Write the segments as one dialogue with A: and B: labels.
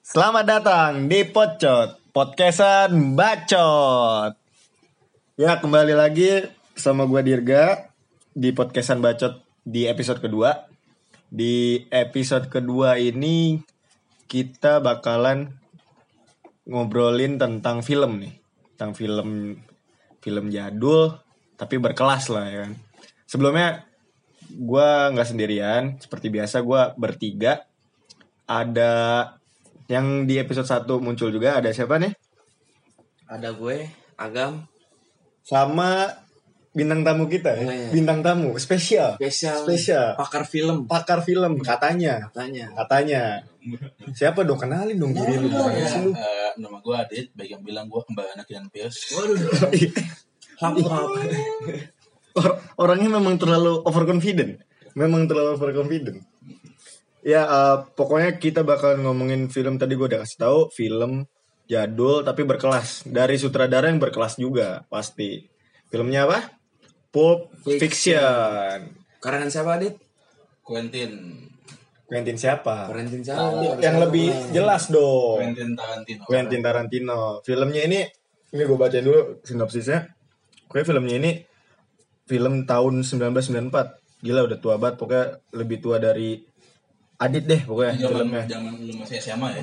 A: Selamat datang di Podcot, podcastan bacot. Ya, kembali lagi sama gua Dirga di podcastan bacot di episode kedua. Di episode kedua ini kita bakalan ngobrolin tentang film nih, tentang film film jadul tapi berkelas lah ya kan. Sebelumnya gua nggak sendirian, seperti biasa gua bertiga ada yang di episode 1 muncul juga ada siapa nih?
B: Ada gue, Agam,
A: Sama bintang tamu kita ya.
B: Oh, iya.
A: Bintang tamu spesial.
B: spesial,
A: Spesial.
B: pakar film
A: Pakar film katanya.
B: katanya.
A: Katanya. Siapa dong kenalin dong
B: Iya,
A: diri lu. Gimana sih lu?
C: Eh, nama gue Adit, baik yang bilang gue kembali anak Ian Pierce.
B: Waduh, lampu apa?
A: Or- orangnya memang terlalu overconfident. Memang terlalu overconfident. Ya eh, pokoknya kita bakal ngomongin film tadi gue udah kasih tahu film jadul tapi berkelas dari sutradara yang berkelas juga pasti. Filmnya apa? Pulp
B: Fiction.
A: Fiction.
B: Karangan siapa, Adit?
C: Quentin,
A: Quentin siapa?
B: Karangan siapa?
A: Yang lebih jelas dong.
C: Quentin Tarantino.
A: Quentin Tarantino. Filmnya ini, ini gue bacain dulu sinopsisnya. Oke, filmnya ini film tahun 1994. Gila udah tua banget, pokoknya lebih tua dari Adit deh pokoknya
C: Zaman
A: filmnya.
C: zaman lu masih SMA ya?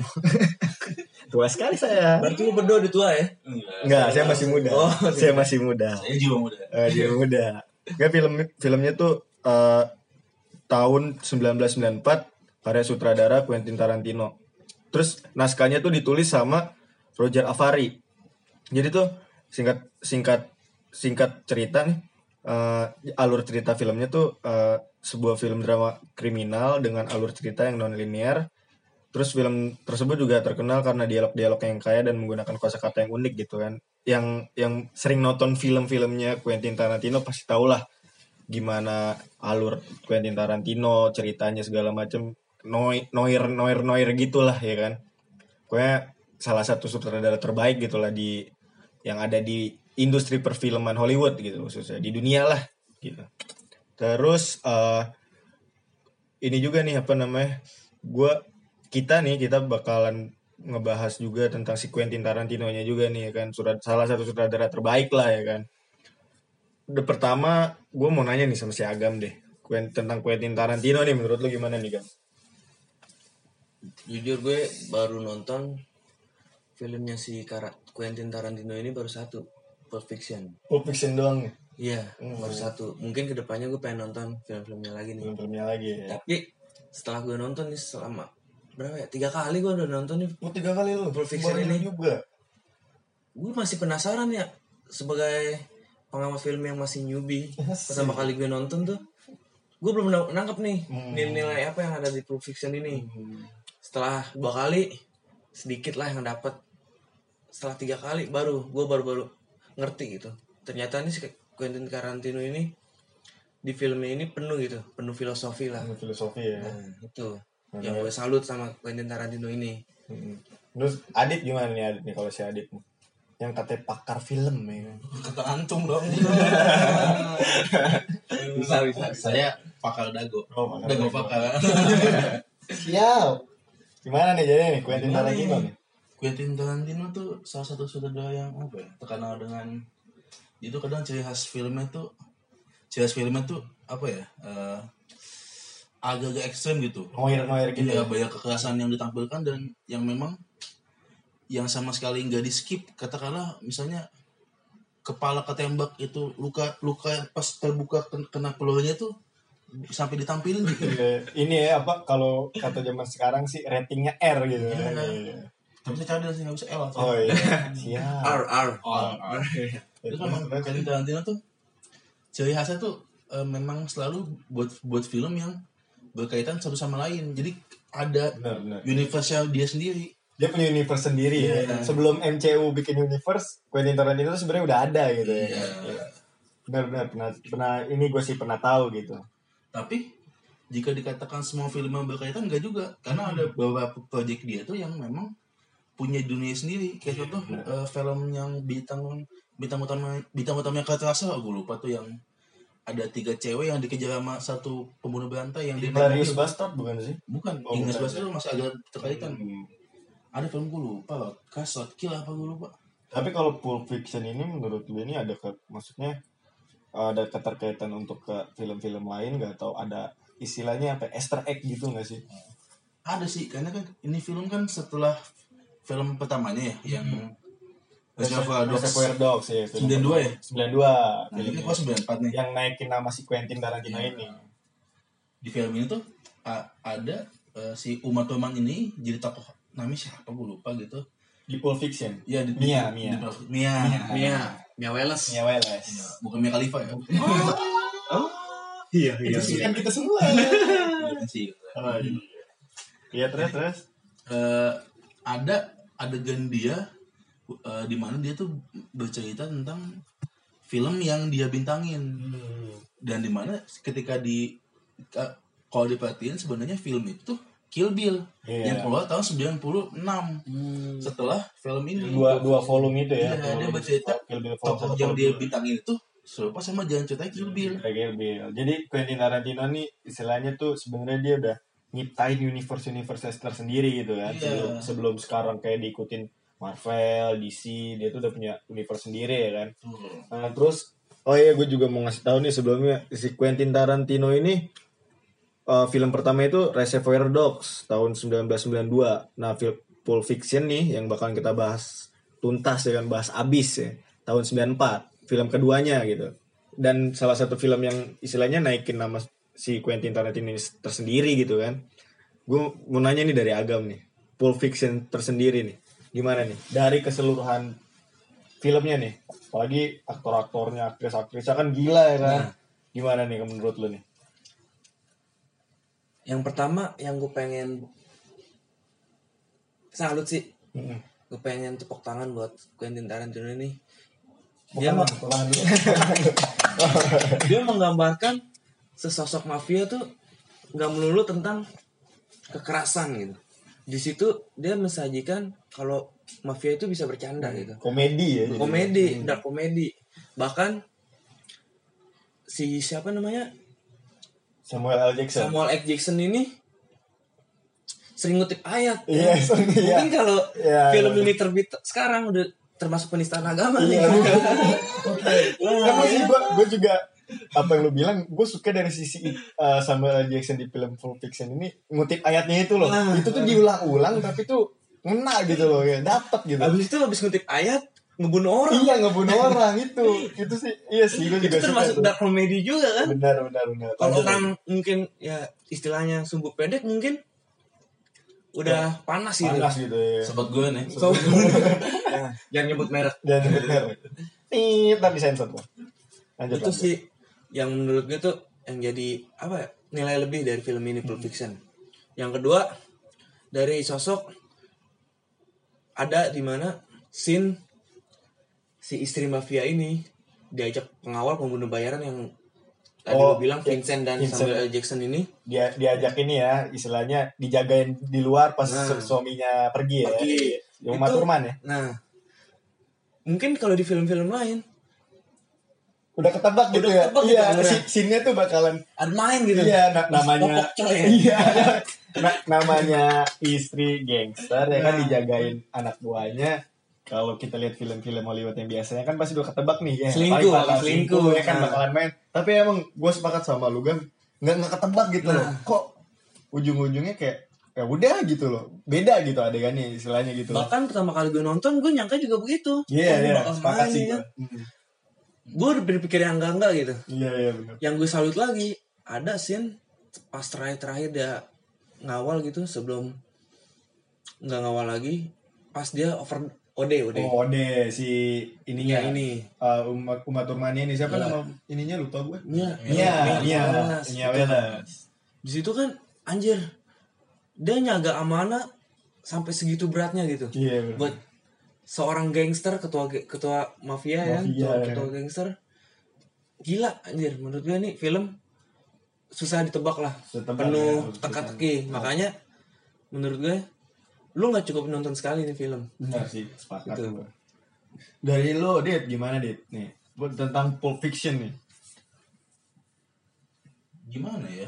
A: Tua sekali saya.
B: Berarti lu berdua udah tua ya?
C: Enggak.
A: Enggak, saya masih muda.
B: Oh,
A: saya masih muda.
C: Saya juga muda.
A: Eh, dia muda. Enggak film filmnya tuh eh, tahun 1994 karya sutradara Quentin Tarantino. Terus naskahnya tuh ditulis sama Roger Avary. Jadi tuh singkat singkat singkat cerita nih eh, alur cerita filmnya tuh eh, sebuah film drama kriminal dengan alur cerita yang non linear. Terus film tersebut juga terkenal karena dialog-dialog yang kaya dan menggunakan kosakata yang unik gitu kan. Yang yang sering nonton film-filmnya Quentin Tarantino pasti tau lah gimana alur Quentin Tarantino, ceritanya segala macem noir noir noir noir gitulah ya kan. Pokoknya salah satu sutradara terbaik gitulah di yang ada di industri perfilman Hollywood gitu khususnya di dunia lah gitu. Terus eh, ini juga nih apa namanya gua kita nih kita bakalan ngebahas juga tentang si Quentin Tarantino nya juga nih ya kan surat salah satu sutradara terbaik lah ya kan Udah pertama gue mau nanya nih sama si Agam deh Quen- tentang Quentin Tarantino nih menurut lu gimana nih Gam?
B: Jujur gue baru nonton filmnya si Kara- Quentin Tarantino ini baru satu, Pulp Fiction.
A: Pulp Fiction doang nih
B: Iya,
A: Hmm.
B: baru satu. Mungkin kedepannya gue pengen nonton film-filmnya lagi nih.
A: film-filmnya lagi ya.
B: Tapi setelah gue nonton nih selama berapa ya? Tiga kali gue udah nonton nih
A: Lu Oh, tiga kali lu
B: Pulp Fiction
A: Baru
B: ini.
A: juga.
B: gue masih penasaran ya sebagai pengamat film yang masih newbie pertama kali gue nonton tuh gue belum nang- nangkep nih nilai-nilai apa yang ada di Pulp Fiction ini setelah dua kali sedikit lah yang dapat setelah tiga kali baru gue baru baru ngerti gitu ternyata ini si Quentin Tarantino ini di filmnya ini penuh gitu penuh filosofi lah
A: Filosofi ya.
B: nah, itu yang gue salut sama Quentin Tarantino ini
A: Mm-mm. Terus Adit gimana nih Adit nih kalau si Adit nih? Yang katanya pakar film ya. kan?
C: Kata antum dong.
B: bisa bisa
C: Saya pakal dago.
A: Oh, pakal
C: dago
A: dago.
C: pakal.
A: Siap. Gimana nih jadi nih Quentin Tarantino nih?
C: Quentin Tarantino tuh salah satu sutradara yang apa ya? Terkenal dengan dia tuh kadang ciri khas filmnya tuh ciri khas filmnya tuh apa ya? Eh, agak-agak ekstrem gitu.
A: Noir-noir gitu.
C: Iya banyak kekerasan yang ditampilkan dan yang memang yang sama sekali nggak di skip katakanlah misalnya kepala ketembak itu luka luka pas terbuka ken- kena pelurunya tuh sampai ditampilin gitu
A: Iya, ini ya apa kalau kata zaman sekarang sih ratingnya R gitu.
C: Iya.
A: Iya.
C: tapi saya cari sih nggak bisa L atau
A: Oh iya. Siap.
B: R R
C: Oh, itu memang
A: Terus,
C: Quentin Tarantino tuh ciri khasnya tuh eh, memang selalu buat buat film yang berkaitan satu sama lain jadi ada
A: Benar, benar.
C: universe dia sendiri
A: Dia punya universe sendiri ya.
C: Iya.
A: Sebelum MCU bikin universe, Quentin Tarantino tuh sebenarnya udah ada gitu ya.
C: Iya.
A: Iya. Benar, benar, pernah, pernah ini gue sih pernah tahu gitu.
C: tapi jika dikatakan semua film yang berkaitan enggak juga karena
A: Hmm.
C: ada beberapa proyek dia tuh yang memang punya dunia sendiri
A: Iya,
C: kayak contoh eh, film yang bintang bintang utama bintang utamanya Kurt Russell gue lupa tuh yang ada tiga cewek yang dikejar sama satu pembunuh berantai yang dia naik
A: Glorious
C: mobil.
A: Bastard bukan sih?
C: bukan
A: Oh,
C: Inggris
A: bukan.
C: Basel masih agak terkaitan
A: Hmm.
C: ada film gue lupa loh kasot kill apa gue lupa
A: Tapi kalau Pulp Fiction ini menurut gue ini ada ke, maksudnya eh, ada keterkaitan untuk ke film-film lain nggak atau ada istilahnya apa Easter egg gitu nggak sih?
C: ada sih karena kan ini film kan setelah film pertamanya ya yang Reservoir
A: Hmm.
C: Dogs
A: Reservoir Dogs ya.
C: 92 ya?
A: 92.
C: nah, ini
A: filmnya.
C: kok 94 nih
A: yang naikin nama si Quentin Tarantino ini.
C: di film ini tuh a- ada eh, si Uma Thurman ini jadi tokoh namanya siapa gue lupa gitu
A: Di Pulp Fiction.
C: ya di
A: Mia,
C: di-
A: Mia.
C: di- Mia.
B: Mia, Mia Welles.
A: Mia Wallace.
C: bukan Mia Khalifa ya
B: Iya,
A: Itu sih kan kita semua.
C: Bukan kan sih
A: Oh, iya. Iya terus terus.
C: Eh, ada adegan dia eh, di mana dia tuh bercerita tentang film yang dia bintangin
A: Hmm.
C: dan di mana ketika di ka- kalau diperhatiin sebenarnya film itu tuh Kill Bill
A: Iya. Hmm.
C: yang keluar tahun 96 setelah film ini
A: Dua dua volume itu ya.
C: Iya, dia bercerita
A: Kill Bill Volume
C: tokoh
A: satu,
C: yang
A: volume
C: dia
A: dua.
C: bintangin itu serupa sama jalan ceritanya Kill Bill
A: Kayak Kill Bill. Jadi Quentin Tarantino nih istilahnya tuh sebenarnya dia udah nyiptain universe universe tersendiri gitu kan.
C: Iya.
A: Sebelum sebelum sekarang kayak diikutin Marvel, DC, dia tuh udah punya universe sendiri ya kan.
C: Tuh.
A: Nah, terus oh iya gue juga mau ngasih tahu nih sebelumnya si Quentin Tarantino ini eh, film pertama itu Reservoir Dogs tahun 1992. Nah, film Pulp Fiction nih yang bakalan kita bahas tuntas ya kan bahas abis ya tahun 94 film keduanya gitu. Dan salah satu film yang istilahnya naikin nama si Quentin Tarantino ini tersendiri gitu kan. Gue mau nanya nih dari Agam nih. Pulp Fiction tersendiri nih. Gimana nih? Dari keseluruhan filmnya nih apalagi aktor-aktornya aktris-aktrisnya kan gila ya
B: Iya.
A: kan gimana nih menurut lu nih
B: Yang pertama yang gue pengen salut sih. Gue pengen tepuk tangan buat Quentin Tarantino ini. Dia mah dia menggambarkan sesosok mafia tuh nggak melulu tentang kekerasan gitu. Di situ dia mensajikan kalau mafia itu bisa bercanda gitu.
A: komedi ya jadi.
B: Komedi, dark komedi. Bahkan si siapa namanya?
A: Samuel L Jackson
B: Samuel L. Jackson ini sering ngutip ayat.
A: iya sorry, iya
B: Mungkin kalau
A: Iya,
B: film
A: iya.
B: ini terbit sekarang udah termasuk penistaan agama nih. Iya.
A: Kan maksud gua gua juga apa yang lu bilang gue suka dari sisi uh, Samuel L Jackson di film Pulp Fiction ini ngutip ayatnya itu loh
B: Nah.
A: itu tuh diulang-ulang tapi tuh ngena gitu loh ya dapet gitu
B: Habis itu habis ngutip ayat ngebunuh orang.
A: iya ngebunuh orang itu itu sih iya sih gue
B: itu
A: juga suka
B: termasuk
A: tuh.
B: dark comedy juga kan.
A: benar benar benar gitu,
B: Kalau
A: Lanjut,
B: orang mungkin ya istilahnya sumbu pendek mungkin udah panas gitu.
A: Iya. panas gitu ya
C: sobat gue nih
B: So, jangan nyebut merek.
A: dan bener tit tapi sensor tuh lanjut
B: itu
A: lanjut.
B: sih yang menurut gue tuh yang jadi apa ya, nilai lebih dari film ini Pulp Fiction. Yang kedua dari sosok ada di mana scene si istri mafia ini diajak pengawal pembunuh bayaran yang tadi
A: Oh,
B: lo bilang
A: iya.
B: Vincent dan
A: Vincent.
B: Samuel L. Jackson ini
A: dia diajak ini ya istilahnya dijagain di luar pas su- suaminya pergi ya
B: Nah. Pergi.
A: yang Uma
B: Itu-
A: Thurman ya
B: Nah, mungkin kalau di film-film lain
A: udah ketebak gitu
B: Udah
A: ya
B: ketebak
A: iya
B: gitu,
A: si- scene-nya tuh bakalan
B: ada main gitu.
A: iya na- namanya
B: Popok coy.
A: iya na- namanya istri gangster ya
B: Nah.
A: kan dijagain anak buahnya kalau kita lihat film-film Hollywood yang biasanya kan pasti udah ketebak nih ya
B: Selingkuh,
A: paling bakal
B: bakal selingkuh,
A: ya kan
B: nah.
A: bakalan main tapi emang gue sepakat sama lu kan nggak nggak ketebak gitu
B: Nah.
A: loh kok ujung-ujungnya kayak ya udah gitu loh beda gitu adegannya istilahnya gitu loh
B: Bahkan pertama kali gue nonton, gue nyangka juga begitu.
A: iya
B: Wah, ini
A: iya
B: bakal
A: sepakat
B: main,
A: sih
B: ya
A: gue
B: kan. Gue udah berpikir yang enggak-enggak gitu.
A: iya iya benar
B: Yang gue salut lagi, ada scene pas terakhir-terakhir dia ngawal gitu sebelum nggak ngawal lagi. Pas dia over OD, OD.
A: oh deh si ininya
B: Ya, ini.
A: eh, umat umat Turmania ini siapa
B: Iya.
A: nama ininya lupa gue
B: Mia,
A: Iya,
B: Mia
A: iya,
B: Wallace.
A: iya, Welas.
B: Di situ kan, anjir, dia nyaga amanah sampai segitu beratnya gitu.
A: Iya, bener.
B: buat seorang gangster ketua ge- ketua
A: Mafia,
B: mafia, ya ketua,
A: ya.
B: ketua gangster gila anjir menurut gue nih film susah ditebak lah
A: Susah tebak, ya,
B: penuh
A: harus
B: teka-teki makanya menurut gue lu nggak cukup nonton sekali nih film
A: Benar sih, sepakat
B: Gitu.
A: gua. Dari lo, Dit, gimana, Dit? Nih, buat tentang Pulp Fiction nih.
C: gimana ya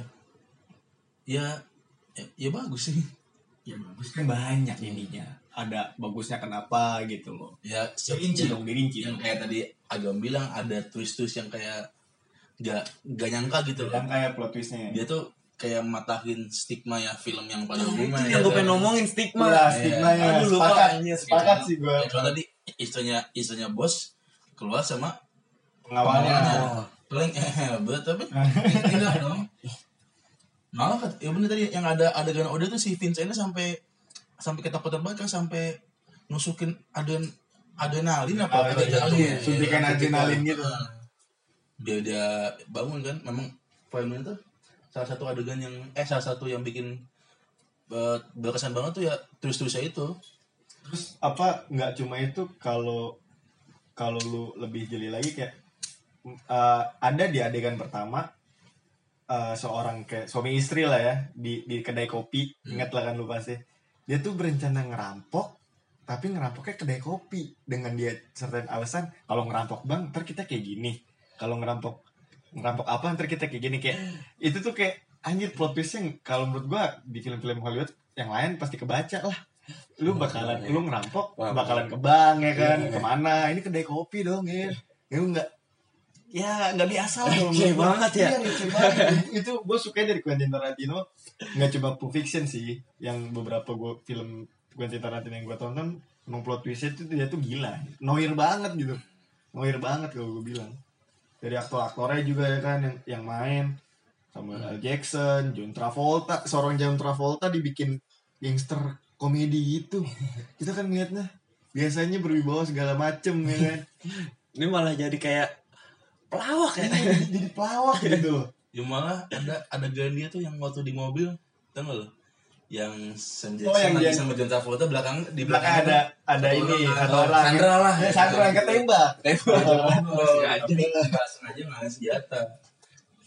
C: ya ya, ya bagus sih
D: ya bagus kan banyak ininya ada bagusnya kenapa gitu loh Iya.
C: ya
D: dirinci
C: setiap
D: dong dirinci
C: yang kayak tadi agam bilang ada twist-twist yang kayak gak gak nyangka gitu
D: yang
C: loh
D: kayak plot twistnya
C: dia tuh kayak matahin stigma ya film yang pada
B: Nah, itu yang
C: umumnya ya,
B: gue
C: kan?
B: pengen ngomongin stigma
D: Iya,
C: stigma
D: ya.
B: Aduh, lupa
D: Sepakat.
B: anjir.
D: Sepakat sih gue.
C: Ya, Cuma tadi istrinya istrinya bos keluar sama
D: Pengawalnya.
B: Oh.
C: Nah, paling eh betul tapi tidak dong malah ket- ya bener tadi yang ada adegan Oda tuh si Vince ini sampai sampai ketakutan banget kan sampai nusukin aden adrenalin apa
D: Adrenalin,
C: Adrenalin,
D: iya.
C: ya.
D: Suntikan adrenalin gitu.
C: dia dia bangun kan memang film itu salah satu adegan yang eh salah satu yang bikin eh, berkesan banget tuh ya terus-terusnya itu
A: terus apa nggak cuma itu kalau kalau lu lebih jeli lagi kayak eh, ada di adegan pertama eh, seorang kayak suami istri lah ya di di kedai kopi ingat lah kan lu pasti dia tuh berencana ngerampok tapi ngerampoknya kedai kopi dengan dia certain alasan kalau ngerampok bang ntar kita kayak gini kalau ngerampok ngerampok apa ntar kita kayak gini kayak itu tuh kayak anjir plot twistnya kalau menurut gua di film-film Hollywood yang lain pasti kebaca lah lu bakalan lu ngerampok bakalan ke bank ya kan
B: Iya.
A: kemana ini kedai kopi dong ya ya lu nggak ya nggak biasa lah kalau
B: Receh
A: menurut gua.
B: banget ya.
A: Iya, receh banget. Itu- itu gue suka dari Quentin Tarantino nggak cuma Pulp Fiction sih yang beberapa gue film Quentin Tarantino yang gue tonton emang plot twistnya itu dia tuh gila noir banget gitu noir banget kalau gue bilang dari aktor-aktornya juga ya kan yang yang main Samuel L. Jackson, John Travolta, seorang John Travolta dibikin gangster komedi gitu. Kita kan ngeliatnya biasanya berwibawa segala macem ya kan.
B: ini malah jadi kayak pelawak ya
A: Jadi- Jadi pelawak gitu.
C: Ya malah ada adegan dia tuh yang waktu di mobil, tau gak lo? Yang Sam Jackson
A: Oh, yang dia-
C: lagi sama John Travolta belakang kan? di
A: Di belakang ada ada ini
C: satu
A: satu orang.
B: Sandra lah.
A: Ya, Sandra yang ketembak.
B: Eh,
C: orang nggak
A: Oh,
C: sengaja
A: iya.
C: nggak sengaja nggak senjata.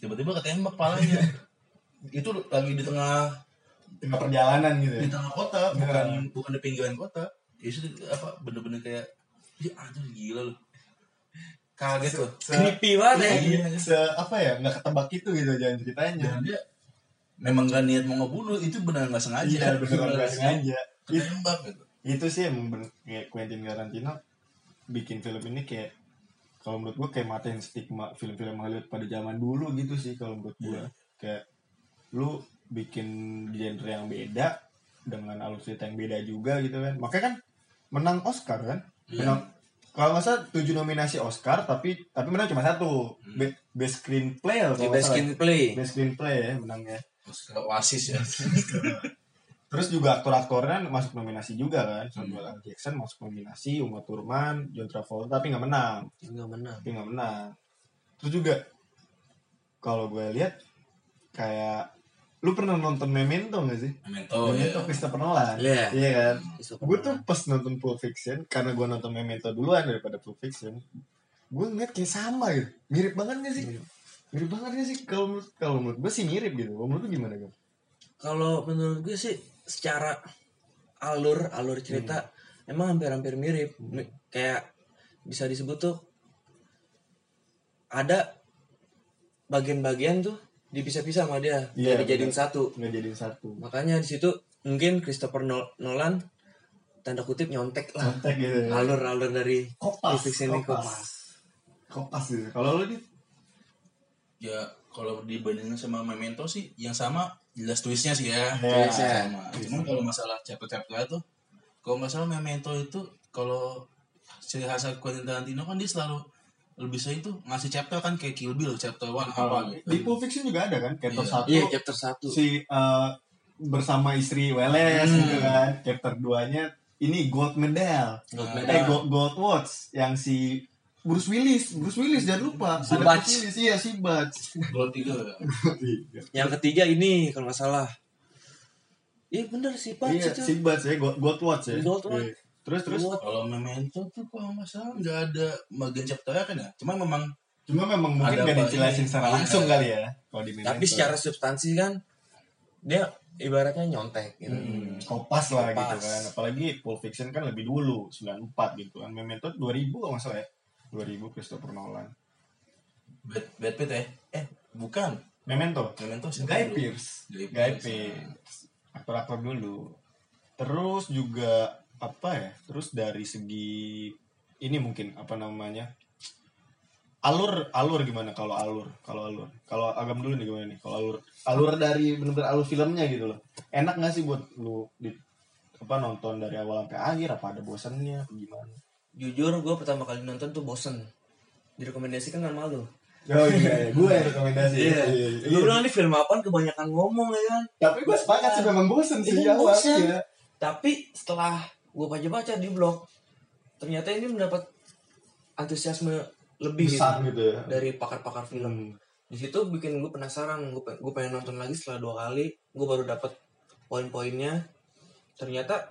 C: Tiba-tiba ketembak palanya. Itu lagi di tengah
A: Tengah perjalanan gitu.
C: di
A: ya.
C: tengah kota, bukan bukan di pinggiran kota. Ya itu apa bener-bener kayak ya anjir gila loh. Kaget loh.
B: creepy banget ya
A: Iya, Se apa ya nggak ketebak itu gitu jangan ceritanya.
C: Dan dia memang gak niat mau ngebunuh, itu benar nggak
A: Iya
C: sengaja.
A: beneran nggak sengaja. Itu-
C: Ketembak gitu.
A: itu sih yang bener- kayak Quentin Tarantino bikin film ini kayak kalau menurut gue kayak matain stigma film-film Hollywood pada zaman dulu gitu sih kalau menurut gue
B: Iya.
A: kayak lu bikin genre yang beda dengan alutsista yang beda juga gitu kan makanya kan menang Oscar kan
B: Iya.
A: menang kalau nggak salah tujuh nominasi Oscar tapi tapi menang cuma satu Be- best screenplay atau
B: di Hmm. Iya, best screenplay
A: best screenplay ya menangnya
C: Oscar Oasis ya.
A: Iya, Terus juga aktor-aktornya masuk nominasi juga kan. Samuel L. Jackson masuk nominasi, Uma Thurman, John Travolta tapi nggak menang,
B: nggak menang
A: tapi nggak menang. Terus juga kalau gue lihat kayak lu pernah nonton Memento nggak sih?
C: Memento
A: Memento
C: ya.
A: Christopher Nolan.
B: Iya.
A: Iya kan? Gue tuh pas nonton Pulp Fiction karena gue nonton Memento duluan daripada Pulp Fiction. Gue ngeliat kayak sama gitu. Mirip banget gak sih? Mirip banget gak sih? Kalau menurut kalau menurut gue sih mirip gitu. Kalau menurut lu gimana gue?
B: kalau menurut gue sih secara alur alur cerita
A: Hmm.
B: emang hampir-hampir mirip Mi- kayak bisa disebut tuh ada bagian-bagian tuh dipisah-pisah sama dia
A: Iya,
B: jadi jadiin
A: bener.
B: satu
A: Nggak jadiin satu.
B: makanya di situ mungkin Christopher Nol- Nolan tanda kutip nyontek lah
A: Kontak gitu.
B: Ah,
A: ya.
B: alur-alur dari
A: kopas
B: Pulp Fiction ini
A: kopas
B: kopas.
A: kopas gitu kalau lu di
C: Ya kalau dibandingin sama Memento sih yang sama jelas twistnya sih ya.
A: Iya.
C: Twistnya sama. Cuman kalau masalah chapter-chapter itu kalau nggak salah Memento itu kalau ciri khas Quentin Tarantino kan dia selalu lebih sering tuh ngasih chapter kan kayak Kill Bill chapter 1 apa gitu.
A: Oh, di Pulp Fiction juga ada kan chapter
C: Iya.
A: satu
B: iya chapter satu
A: si eh, bersama istri Welles gitu kan chapter 2 nya ini gold medal
B: Nah,
C: Gold
A: eh gold,
C: medal.
A: gold watch yang si Bruce Willis Bruce Willis jangan lupa si
B: Butch.
A: iya si Butch Iya,
C: Gold tiga.
B: yang ketiga ini kalau nggak salah iya bener sih pak
A: iya si Butch ya gold, gold watch ya
B: Gold watch.
A: Iya. terus terus
C: Kalau Memento tuh kalau nggak salah nggak ada bagian chapternya kan ya. Cuma memang
A: cuma memang mungkin
C: Ada
A: nggak
C: apa
A: dijelasin
C: ini?
A: secara
C: Iya.
A: langsung kali ya kalau di
B: tapi
A: Memento.
B: secara substansi kan dia ibaratnya nyontek gitu.
A: Hmm, kopas lah
B: Kopas.
A: gitu kan apalagi Pulp Fiction kan lebih dulu 94 gitu kan Memento 2000 kalau nggak salah ya 2000 Christopher Nolan
C: Bad, Bad Pit ya? Eh, bukan.
A: Memento
C: Memento siapa
A: Guy
C: dulu?
A: Pearce ya.
C: Guy
A: Guy
C: Pearce.
A: Pearce aktor-aktor dulu Terus juga apa ya? Terus dari segi ini mungkin apa namanya? Alur alur gimana kalau alur? Kalau alur. Kalau agam dulu nih gimana nih? Kalau alur alur dari bener-bener alur filmnya gitu loh. Enak gak sih buat lu di apa nonton dari awal sampai akhir apa ada bosannya apa gimana?
B: Jujur gue pertama kali nonton tuh bosen. Direkomendasikan sama lu.
A: Oh iya, iya. gue yang rekomendasi. Iya, iya, iya.
B: Gue bilang ini film apaan kebanyakan ngomong ya kan.
A: Tapi gue sepakat sih memang bosen sih di
B: Ini
A: awal.
B: bosen.
A: iya.
B: Tapi setelah gue baca-baca di blog, ternyata ini mendapat antusiasme lebih
A: Besar
B: gitu,
A: gitu ya.
B: dari pakar-pakar film.
A: Hmm.
B: Di situ bikin gue penasaran, gue pengen, pengen nonton lagi setelah dua kali, gue baru dapat poin-poinnya. Ternyata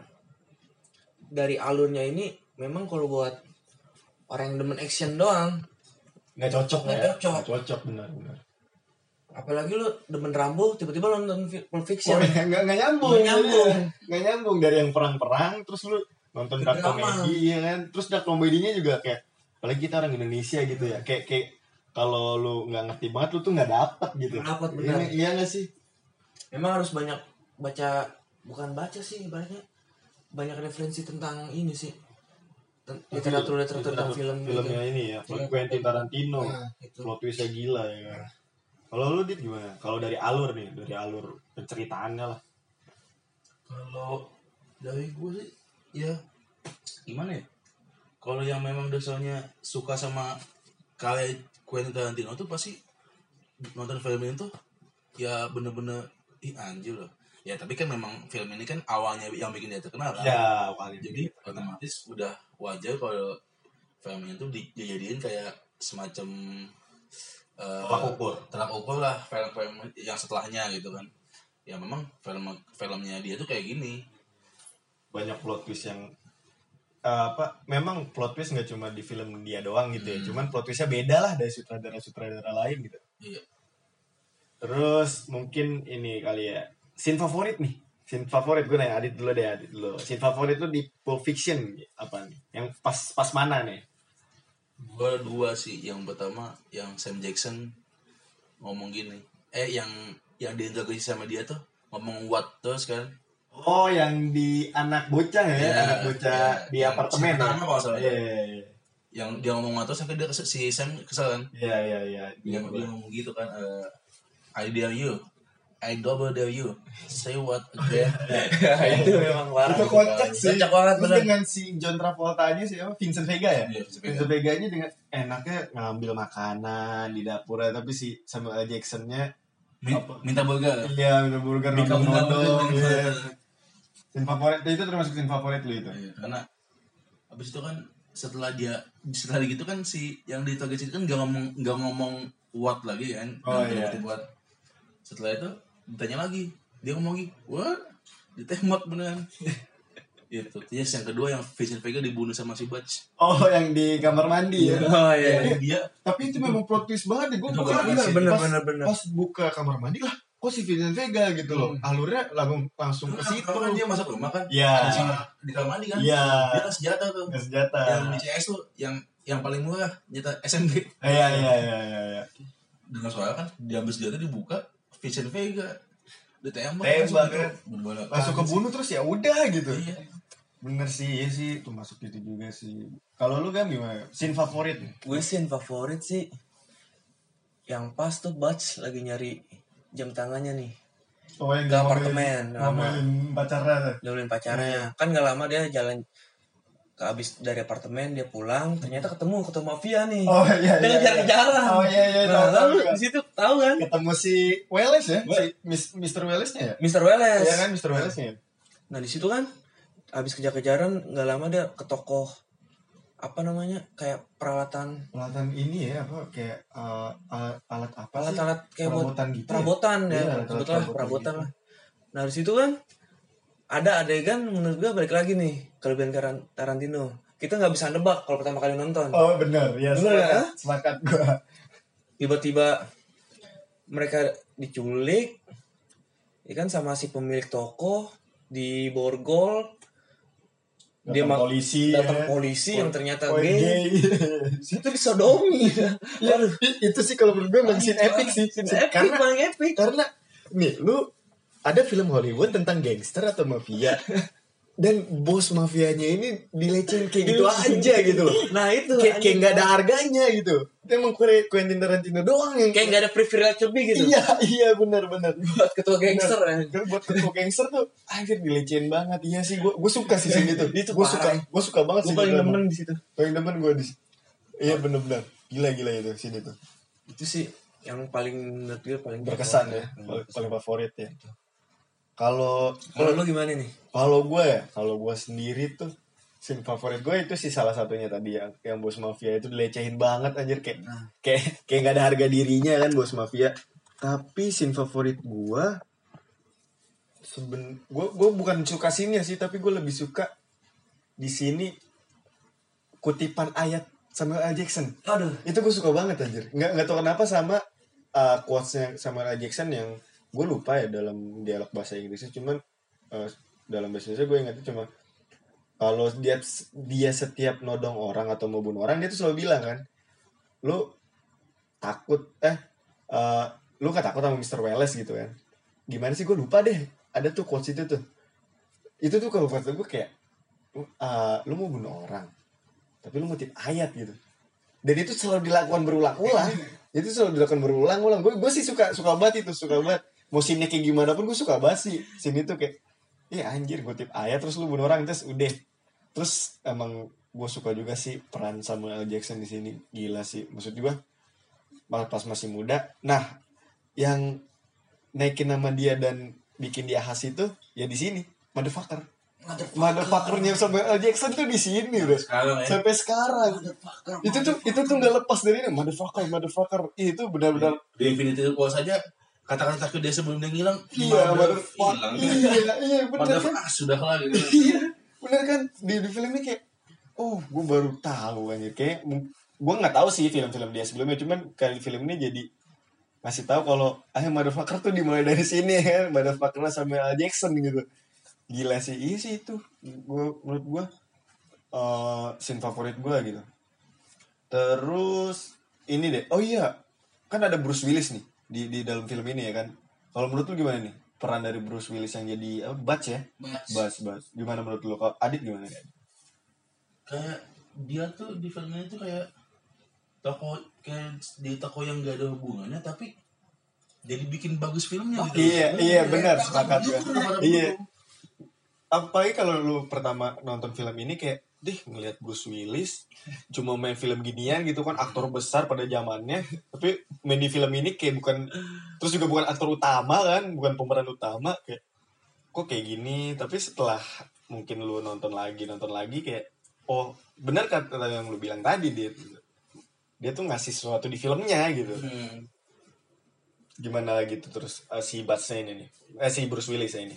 B: dari alurnya ini memang kalau buat orang yang demen action doang,
A: Nggak cocok
B: Nggak
A: ya?
B: cocok.
A: Nggak cocok benar-benar.
B: apalagi lu demen Rambo tiba-tiba lu nonton fi- Pulp Fiction.
A: nggak Oh, iya, nggak nggak nyambung
B: Nggak nyambung.
A: nggak nyambung dari yang perang-perang terus lu nonton
B: Ke
A: dark
B: drama.
A: comedy ya kan terus dark comedinya juga kayak apalagi kita orang Indonesia gitu ya kayak kayak kalau lu nggak ngerti banget lu tuh nggak dapet gitu
B: Nggak dapet, benar.
A: Iya- iya nggak sih
B: Memang harus banyak baca bukan baca sih ibaratnya banyak referensi tentang ini sih Ten- literatur literatur tentang film
A: filmnya
B: gitu.
A: ini ya
B: Film.
A: Quentin Tarantino
B: Nah, itu.
A: plot twistnya gila ya kan kalau lu dit gimana kalau dari alur nih dari alur penceritaannya lah
C: Kalau dari gue sih ya gimana ya? Kalau yang memang dasarnya suka sama karya Quentin Tarantino tuh pasti nonton film ini tuh ya bener-bener ih anjir loh. Ya tapi kan memang film ini kan awalnya yang bikin dia terkenal kan.
A: ya kali
C: Jadi otomatis udah wajar kalau film ini tuh di- dijadiin kayak semacam eh,
A: Tolak ukur.
C: telak ukur lah film-film yang setelahnya gitu kan. Ya memang film filmnya dia tuh kayak gini.
A: banyak plot twist yang eh, apa memang plot twist nggak cuma di film dia doang gitu ya
C: Hmm.
A: cuman plot twistnya beda lah dari sutradara sutradara lain gitu
C: Iya.
A: terus mungkin ini kali ya scene favorit nih scene favorit gue nanya adit dulu deh adit dulu scene favorit tuh di Pulp Fiction apa nih yang pas pas mana nih
C: Gua dua sih. Yang pertama yang Sam Jackson ngomong gini. Eh yang yang diinterogasi sama dia tuh ngomong what terus kan.
A: oh yang di anak bocah ya,
C: Iya,
A: anak bocah
C: iya.
A: di
C: Yang
A: apartemen
C: pertama kalau nggak salah.
A: Iya, iya iya.
C: Yang dia ngomong what terus akhirnya dia kesel, si Sam kesel kan.
A: iya iya iya
C: Dia, dia ngomong gitu kan. eh, I dare you. I double dare you. Say what again.
B: itu memang parah.
C: Gitu.
A: itu kocak sih
B: Kocak banget
A: Terus
B: bener.
A: dengan si John Travolta nya sih apa Vincent Vega ya
C: Iya, Vincent Vega.
A: Vincent Vega nya dengan enaknya ngambil makanan di dapurnya tapi si Samuel L. Jackson nya
C: Min- minta burger.
A: iya udah burger
C: Bikin
A: nonton
C: burger,
A: nonton
C: bikin
A: iya.
C: burger.
A: Scene favorit itu termasuk scene favorit lu itu
C: Iya, karena abis itu kan setelah dia setelah gitu kan si yang diinterogasi itu kan nggak ngomong nggak ngomong what lagi kan
A: Oh,
C: Nggak
A: iya.
C: ngerti what setelah itu ditanya lagi dia ngomong lagi what ditembak beneran itu terus yang kedua yang Vincent Vega dibunuh sama si Butch
A: oh yang di kamar mandi ya
B: Oh iya.
C: Yang dia
A: tapi itu memang plot twist banget ya gue
C: Itu
A: buka
C: bener,
A: pas-
B: bener,
A: pas,
B: bener, bener.
A: pas buka kamar mandi lah kok si Vincent Vega gitu loh
C: Hmm.
A: alurnya langsung langsung ke situ
C: kan dia masuk rumah kan
A: Iya.
C: ada si- di kamar mandi kan
A: Iya.
C: dia kan senjata tuh
A: Nggak senjata
C: yang di CS tuh yang yang paling murah senjata SMG
A: iya iya iya iya iya.
C: dengan suara kan diambil senjata dibuka Vincent Vega ditembak
A: Tembak,
C: langsung
A: kan?
C: gitu. Bener-bener
A: langsung
C: apaan
A: kebunuh terus ya udah gitu
C: sih? iya.
A: Bener sih, iya sih, itu masuk itu juga sih. Kalau lu kan gimana? Scene favorit nih?
B: Gue sih yang favorit sih yang pas tuh Butch lagi nyari jam tangannya nih.
A: Oh, yang
B: Ke apartemen, lama.
A: pacarnya.
B: Duluin
A: Iya.
B: pacarnya. Kan gak lama dia jalan ke abis dari apartemen dia pulang ternyata ketemu ketemu mafia nih.
A: Oh, iya,
B: Dia
A: iya,
B: ngejar-njaran.
A: iya. Oh, iya, iya,
B: Nah,
A: tahu, tahu,
B: lalu
A: iya.
B: di situ tahu kan?
A: Ketemu si Welles ya? Si Mis- Mr. Welles-nya ya?
B: Mr. Welles.
A: Iya kan, Mr. Welles-nya?
B: Nah di situ kan habis kejar-kejaran nggak lama dia ke toko apa namanya kayak peralatan
A: Peralatan ini ya, apa, kayak eh, al- alat apa sih?
B: alat-alat kayak buat
A: perabotan gitu
B: perabotan ya,
A: Iya, alat-alat
B: sebutlah
A: perabotan
B: perabotan
A: gitu.
B: lah. Nah di situ kan ada adegan menurut gue balik lagi nih kelebihan Karan- Tarantino. Kita nggak bisa nebak kalau pertama kali nonton.
A: Oh, bener. Ya,
B: Bener,
A: sepakat.
B: ya?
A: Sepakat gua.
B: Tiba-tiba mereka diculik, ya kan sama si pemilik toko di borgol. Dia
A: Datang
B: mak-
A: polisi.
B: datang
A: ya.
B: polisi yang ternyata
A: Oh,
B: gay. Itu disodomi.
A: Ya,
B: Waduh.
A: itu sih kalau menurut gue memang scene epic sih.
B: Scene
A: Scene-
B: epic, paling epic.
A: karena nih lu ada film Hollywood tentang gangster atau mafia dan bos mafianya ini dilecehin kayak gitu aja gitu loh
B: Iya. Nah itu
A: kayak kayak
B: anjing.
A: nggak ada harganya gitu Itu emang Kure- Quentin Tarantino doang yang
B: kayak nggak ada privilege lebih gitu.
A: iya iya benar benar
B: Buat ketua gangster ya.
A: Terus buat ketua gangster tuh anjir dilecehin banget iya sih gue gue suka sih sini tuh
B: Itu
A: gue
B: parah.
A: suka gue suka banget
B: Gue
A: sih
B: paling demen di situ.
A: paling demen gue di iya bener bener gila gila itu sini tuh
B: Itu sih yang paling menurut gue paling
A: berkesan
B: Iya.
A: ya paling paling favorit ya kalau
B: Kalau lu gimana nih?
A: Kalau gue ya, kalau gue sendiri tuh scene favorit gue itu sih salah satunya tadi yang yang bos mafia itu dilecehin banget anjir kayak kayak kayak nggak ada harga dirinya kan bos mafia. Tapi scene favorit gue seben gue gue bukan suka scene sih tapi gue lebih suka di sini kutipan ayat Samuel L. Jackson
B: Aduh.
A: itu gue suka banget anjir nggak nggak tahu kenapa sama uh, quotesnya sama Samuel L. Jackson yang gue lupa ya dalam dialog bahasa Inggrisnya cuman uh, dalam bahasa Indonesia gue ingatnya cuma kalau dia dia setiap nodong orang atau mau bunuh orang dia tuh selalu bilang kan lu takut eh uh, lu gak takut sama Mr. Wallace gitu kan gimana sih gue lupa deh ada tuh quotes itu tuh itu tuh kalau kata gue kayak uh, lu mau bunuh orang tapi lu ngutip ayat gitu dan itu selalu dilakukan berulang-ulang itu selalu dilakukan berulang-ulang gue gue sih suka suka banget itu suka banget mau scene-nya kayak gimana pun gue suka banget sih sini tuh kayak iya anjir gue tip ayat terus lu bunuh orang terus udah terus emang gue suka juga sih peran Samuel L. Jackson di sini gila sih maksud gue banget pas masih muda nah yang naikin nama dia dan bikin dia khas itu ya di sini motherfucker motherfuckernya Samuel L. Jackson tuh di sini bro
B: Sekarang
C: Eh.
B: ya.
A: sampai sekarang itu tuh itu tuh nggak lepas dari ini motherfucker motherfucker Ih, itu benar-benar
C: Di Infinity War saja kata-kata ke dia sebelum dia ngilang
A: iya
C: mother-
A: motherfucker
C: hilang.
A: iya iya benar
C: Mother-
A: kan
C: ah, sudah lah gitu.
A: iya benar kan di, di filmnya kayak oh gue baru tahu anjir kayak gue nggak tahu sih film-film dia sebelumnya cuman kali film ini jadi ngasih tahu kalau ah motherfucker tuh dimulai dari sini ya motherfucker Samuel L. Jackson gitu gila sih iya sih itu gua, menurut gue eh scene favorit gue gitu terus ini deh oh iya kan ada Bruce Willis nih di di dalam film ini ya kan kalau menurut lu gimana nih peran dari Bruce Willis yang jadi apa Bats ya
C: Bats.
A: Bats Bats. gimana menurut lu kalau Adit gimana
C: Kayak dia tuh di filmnya itu kayak toko kayak di toko yang gak ada hubungannya tapi jadi bikin bagus filmnya gitu.
A: iya iya benar
C: Kenapa
A: sepakat
C: dukung,
A: gue
C: kenapa dukung?
A: iya apalagi kalau lu pertama nonton film ini kayak deh ngelihat Bruce Willis cuma main film ginian gitu kan aktor besar pada zamannya tapi main di film ini kayak bukan terus juga bukan aktor utama kan bukan pemeran utama kayak kok kayak gini tapi setelah mungkin lu nonton lagi nonton lagi kayak oh benar kata yang lu bilang tadi dia dia tuh ngasih sesuatu di filmnya gitu gimana lagi tuh terus eh, si Batsnya ini nih eh, si Bruce Willis ini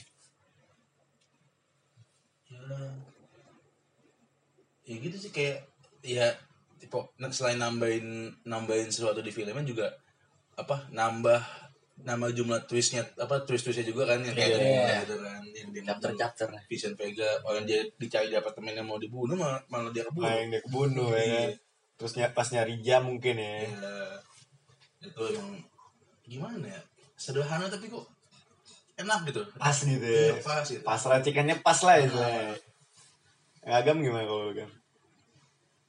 C: ya ya gitu sih kayak ya tipe nah, selain nambahin nambahin sesuatu di filmnya juga apa nambah nama jumlah twistnya apa twist twistnya juga kan yang kayak
A: Iya.
C: tadi bilang gitu kan yang dia
B: Chapter chapter.
C: Vision Vega orang dia dicari di apartemen yang mau dibunuh malah, malah dia
A: Nah,
C: kebunuh
A: yang dia kebunuh ya kan. Terus ny- pas nyari jam mungkin ya.
C: Ya, itu emang gimana ya sederhana tapi kok enak gitu
A: Pas gitu Iya.
C: Iya,
A: ya.
C: pas gitu.
A: Pas racikannya pas lah istilahnya. Yang Agam gimana kalau lu Gam?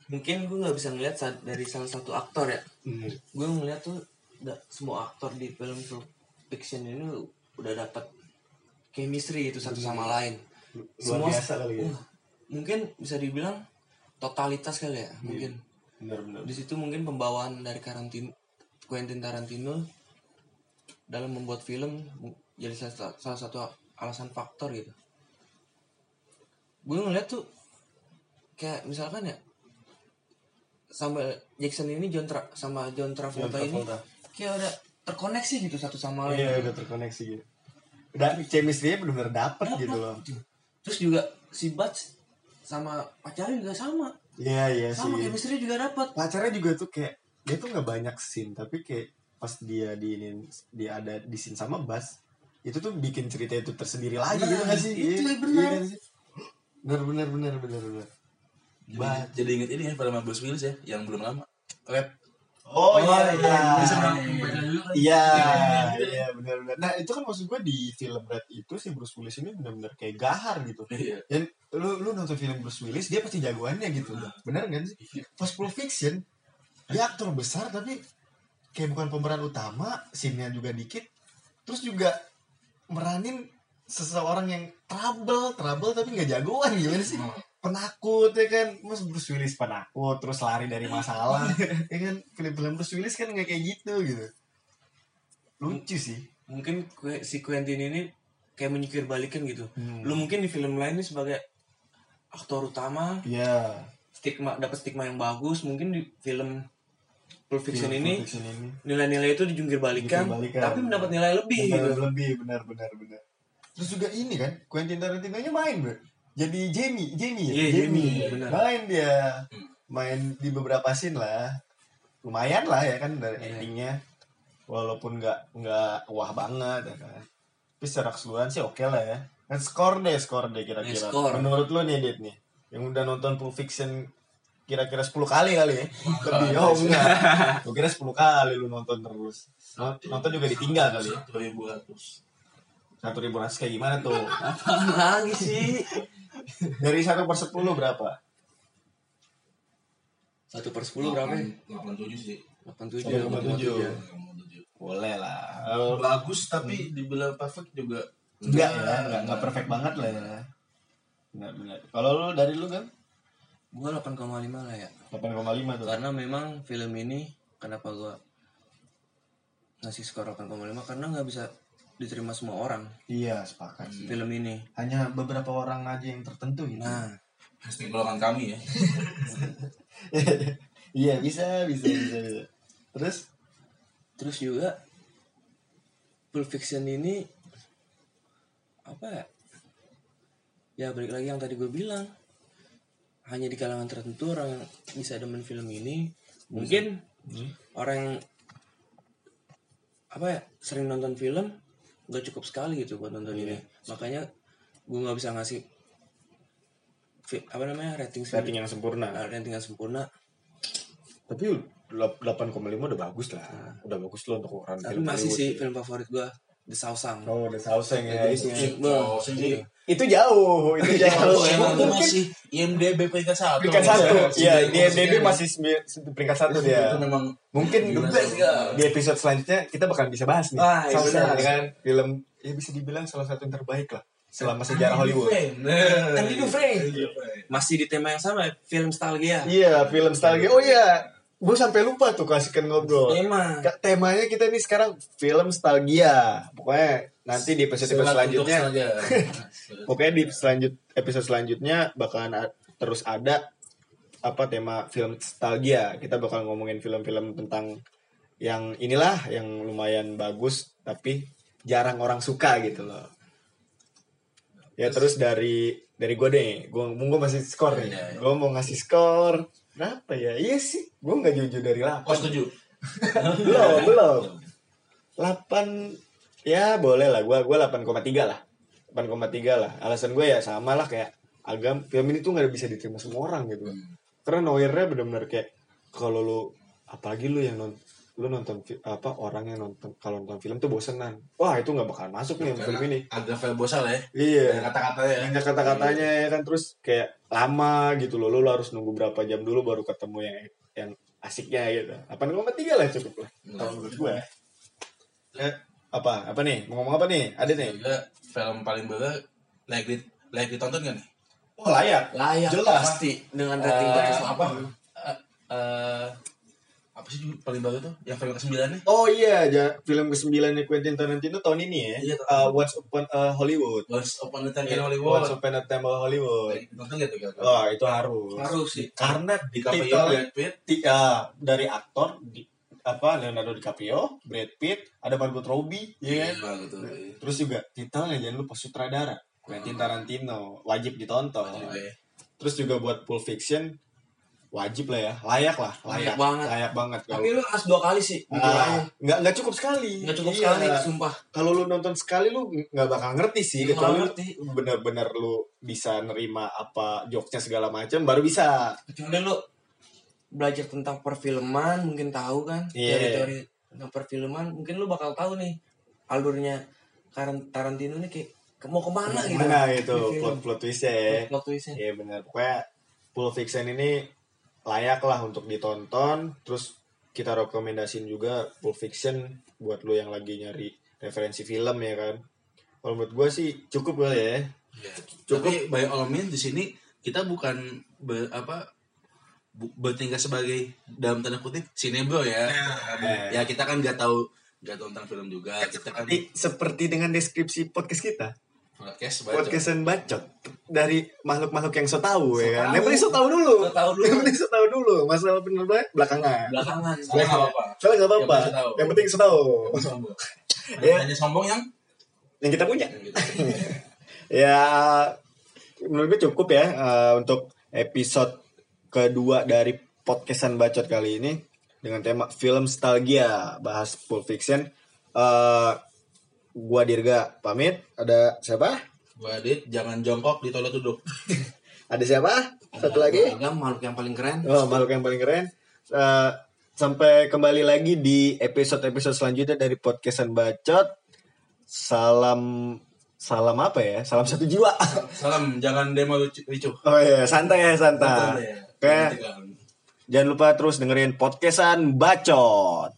B: Mungkin gue nggak bisa ngeliat sa- dari salah satu aktor ya.
A: Hmm.
B: Gue ngeliat tuh da- semua aktor di film film fiction ini udah dapat chemistry itu satu sama lain.
A: Hmm. Luar biasa kali ya.
B: Uh, mungkin bisa dibilang totalitas kali
A: Iya.
B: ya mungkin.
A: Bener-bener.
B: di situ mungkin pembawaan dari Karantin Quentin Tarantino dalam membuat film mu- jadi salah, sa- salah satu alasan faktor gitu gue ngeliat tuh kayak misalkan ya sama Jackson ini John Tra- sama John Travolta,
A: John
B: ini
A: Travolta.
B: kayak udah terkoneksi gitu satu sama lain
A: Iya udah terkoneksi gitu. Udah chemistry-nya bener-bener dapet gitu loh.
B: terus juga si Bats sama pacarnya juga sama
A: Iya iya sih.
B: sama chemistry juga dapat
A: pacarnya juga tuh kayak dia tuh nggak banyak scene tapi kayak pas dia di dia ada di scene sama Bas itu tuh bikin cerita itu tersendiri lagi gitu nggak sih
B: itu
A: Iya,
B: benar.
A: iya nggak sih? benar benar benar benar benar
C: jadi, jadi inget ini ya film Bruce Willis ya yang belum lama Red
A: Oh, iya,
B: iya.
A: iya.
C: Bisa merangkum mereka juga kan.
A: Iya, iya benar-benar. Nah itu kan maksud gue di film Red itu si Bruce Willis ini benar-benar kayak gahar gitu.
C: Iya.
A: Dan lu lu nonton film Bruce Willis dia pasti jagoannya gitu. Bener kan sih? Pas Pulp Fiction dia aktor besar tapi kayak bukan pemeran utama, scene-nya juga dikit. Terus juga meranin seseorang yang trouble, trouble tapi nggak jagoan gimana sih? penakut ya kan mas Bruce Willis penakut terus lari dari masalah ya kan film-film Bruce Willis kan nggak kayak gitu gitu lucu sih
B: mungkin Qu- si Quentin ini kayak menyikir balikin gitu
A: Hmm.
B: lu mungkin di film lain ini sebagai aktor utama
A: Iya.
B: stigma dapat stigma yang bagus mungkin di film Pulp Fiction
A: Film
B: ini
A: Pulp Fiction Iya, ini.
B: nilai-nilai itu dijungkir balikan,
A: Dijungkir balikan.
B: tapi mendapat nilai lebih gitu.
A: Benar, lebih benar benar benar terus juga ini kan Quentin Tarantino nya main bro jadi Jamie Jamie ya?
B: Iya, Jamie, benar.
A: main dia main di beberapa scene lah lumayan lah ya kan dari
B: Iya.
A: endingnya walaupun nggak nggak wah banget ya kan tapi secara keseluruhan sih oke lah ya kan skor deh skor deh
B: Ya,
A: kira-kira
B: skor.
A: menurut lo nih Dit nih yang udah nonton Pulp Fiction kira-kira 10 kali kali ya lebih oh enggak gue kira 10 kali lu nonton terus Nont- nonton juga ditinggal kali ya
C: Satu ribu ratus.
A: satu ribu nasi kayak gimana tuh
B: Apaan lagi sih?
A: dari satu per sepuluh berapa
B: Satu per sepuluh berapa ya?
C: Delapan tujuh sih.
B: Delapan
A: 1,7.
B: tujuh. ya.
C: 8,7.
A: boleh lah
C: Bagus tapi dibilang perfect juga.
A: enggak ya enggak, enggak perfect banget lah ya benar benar kalau lu dari lu kan
B: Gua delapan koma lima lah ya.
A: 8,5 tuh
B: Karena memang film ini kenapa gua ngasih skor 8,5 karena nggak bisa diterima semua orang
A: iya sepakat sih
B: film ini.
A: hanya beberapa orang aja yang tertentu gitu
B: Nah,
C: Hashtag golongan kami ya.
A: iya bisa bisa bisa bisa terus
B: terus juga Pulp Fiction ini apa ya? Ya balik lagi yang tadi gue bilang hanya di kalangan tertentu orang yang bisa demen film ini mungkin orang yang apa ya sering nonton film nggak cukup sekali gitu buat nonton ini makanya gue nggak bisa ngasih fi- apa namanya rating rating,
A: yang sempurna
B: rating yang sempurna
A: tapi 8,5 udah bagus lah udah bagus loh untuk orang
B: tapi masih sih
A: ya.
B: film favorit gue The Sausang
A: oh udah sauseng ya Iya, itu,
B: Bang,
C: sih.
A: itu jauh itu
B: Eh,
A: jauh Mungkin-
C: Emang itu masih IMDB peringkat satu.
A: peringkat satu ya
C: Iya,
A: di MDB masih sembi- peringkat satu dia
C: Itu memang
A: mungkin di episode selanjutnya kita bakal bisa bahas nih
C: Ah,
B: Wah, iya
A: salah satu
B: benar.
A: dengan film ya bisa dibilang salah satu yang terbaik lah selama sejarah Hollywood
C: Andy Dufresne.
B: masih di tema yang sama ya, film nostalgia
A: iya film nostalgia oh iya gue sampai lupa tuh kasihkan ngobrol
B: tema
A: Ka- temanya kita nih sekarang film nostalgia pokoknya nanti di episode episode selanjutnya pokoknya di selanjut episode selanjutnya bakalan a- terus ada apa tema film nostalgia kita bakal ngomongin film-film tentang yang inilah yang lumayan bagus tapi jarang orang suka gitu loh ya terus dari dari gue deh gue mau masih skor nih gue mau ngasih skor kenapa ya iya sih gue nggak jujur dari
C: Oh
A: lapar
C: setuju.
A: belum belum 8 ya boleh lah gue gue 8,3 lah 8,3 lah alasan gue ya sama lah kayak agam film ini tuh nggak bisa diterima semua orang gitu karena noirnya benar-benar kayak kalau lu apalagi lu yang non- lu nonton fi- apa orang yang nonton kalau nonton film tuh bosenan wah itu nggak bakal masuk nih film ini
C: Agak verbosal ya.
A: iya
C: Ada kata-katanya.
A: banyak kata-katanya ya kan terus kayak lama gitu loh lo harus nunggu berapa jam dulu baru ketemu yang yang asiknya gitu 8,3 lah cukup lah
C: Iya.
A: kalau menurut gue eh, apa apa nih mau ngomong apa nih ada nih
C: Juga film paling bela layak di layak ditonton kan?
A: oh layak
C: Layak.
A: Jelas.
B: pasti dengan rating bagus
C: Eh, apa? Eh, eh, apa sih juga paling bagus tuh? Yang film ke-9 nya?
A: oh iya ja- film ke 9 Quentin Tarantino tahun ini ya
C: Iya, tahun
A: Uh, Once Upon a Hollywood
C: Once Upon a Time in
A: Iya, Once
C: Hollywood.
A: Upon a Time in Hollywood
C: Nonton gitu kira-kira.
A: wah itu harus
B: harus sih
A: karena
C: Di kafe
A: titelnya-
C: Brad Pitt.
A: Ti- ah, dari aktor di, apa Leonardo DiCaprio, Brad Pitt, ada Margot Robbie, ya kan?
C: Iya, gitu.
A: Terus juga titelnya jangan lupa sutradara Quentin Tarantino wajib ditonton.
B: ya.
C: Iya.
A: Terus juga buat Pulp Fiction wajib lah ya, layak lah, layak,
B: Layak banget.
A: layak banget kalau
B: tapi lu harus dua kali sih
A: Ah, nggak nggak cukup sekali.
B: nggak cukup
A: Iya.
B: sekali sumpah
A: Kalau lu nonton sekali lu nggak bakal ngerti sih,
B: Nggak
A: kecuali
B: ngerti.
A: lu bener-bener lu bisa nerima apa jokesnya segala macam baru bisa.
B: kecuali lu belajar tentang perfilman mungkin tahu kan
A: Iya.
B: teori-teori tentang perfilman mungkin lu bakal tahu nih alurnya Karan- Tarantino nih kayak ke- mau kemana gitu
A: Mana gitu
B: Di film.
A: plot plot twistnya ya.
B: Plot twistnya.
A: Iya benar. Pokoknya Pulp Fiction ini layak lah untuk ditonton. Terus kita rekomendasin juga Pulp Fiction buat lo yang lagi nyari referensi film ya kan. Kalau menurut gue sih cukup kali ya.
C: Cukup Tapi, by all means di sini kita bukan be- apa bu- bertingkah sebagai dalam tanda kutip sinebro ya. Ya kita kan nggak tahu nggak tahu tentang film juga. Kita kan
A: Seperti, seperti dengan deskripsi podcast kita.
C: podcast baca.
A: Podcastan bacot dari makhluk-makhluk yang so tahu ya kan. Yang penting so tahu dulu.
B: So tahu dulu.
A: Yang penting so tahu dulu. Masalah penerbangan belakangan.
B: belakangan
C: Salah nggak apa-apa.
A: Soalnya nggak apa-apa.
C: Yang penting so tahu.
A: Yang penting so tahu.
C: Sombong.
A: Ya.
C: Hanya sombong yang
A: Yang kita punya.
C: gitu.
A: Ya, menurut gue cukup ya eh, untuk episode kedua dari podcastan bacot kali ini dengan tema film nostalgia bahas Pulp Fiction. Eh, gua Dirga pamit. Ada siapa?
C: Gua Adit, jangan jongkok di toilet duduk.
A: Ada siapa? Satu lagi.
B: Agam Iya, makhluk yang paling keren
A: Oh, makhluk yang paling keren. Eh, sampai kembali lagi di episode-episode selanjutnya dari podcastan bacot. Salam salam apa ya? Salam satu jiwa.
C: Salam, jangan demo lucu- ricuh.
A: Oh iya, santai ya, santai.
C: Santai ya.
A: Oke. Jangan lupa terus dengerin podcastan bacot.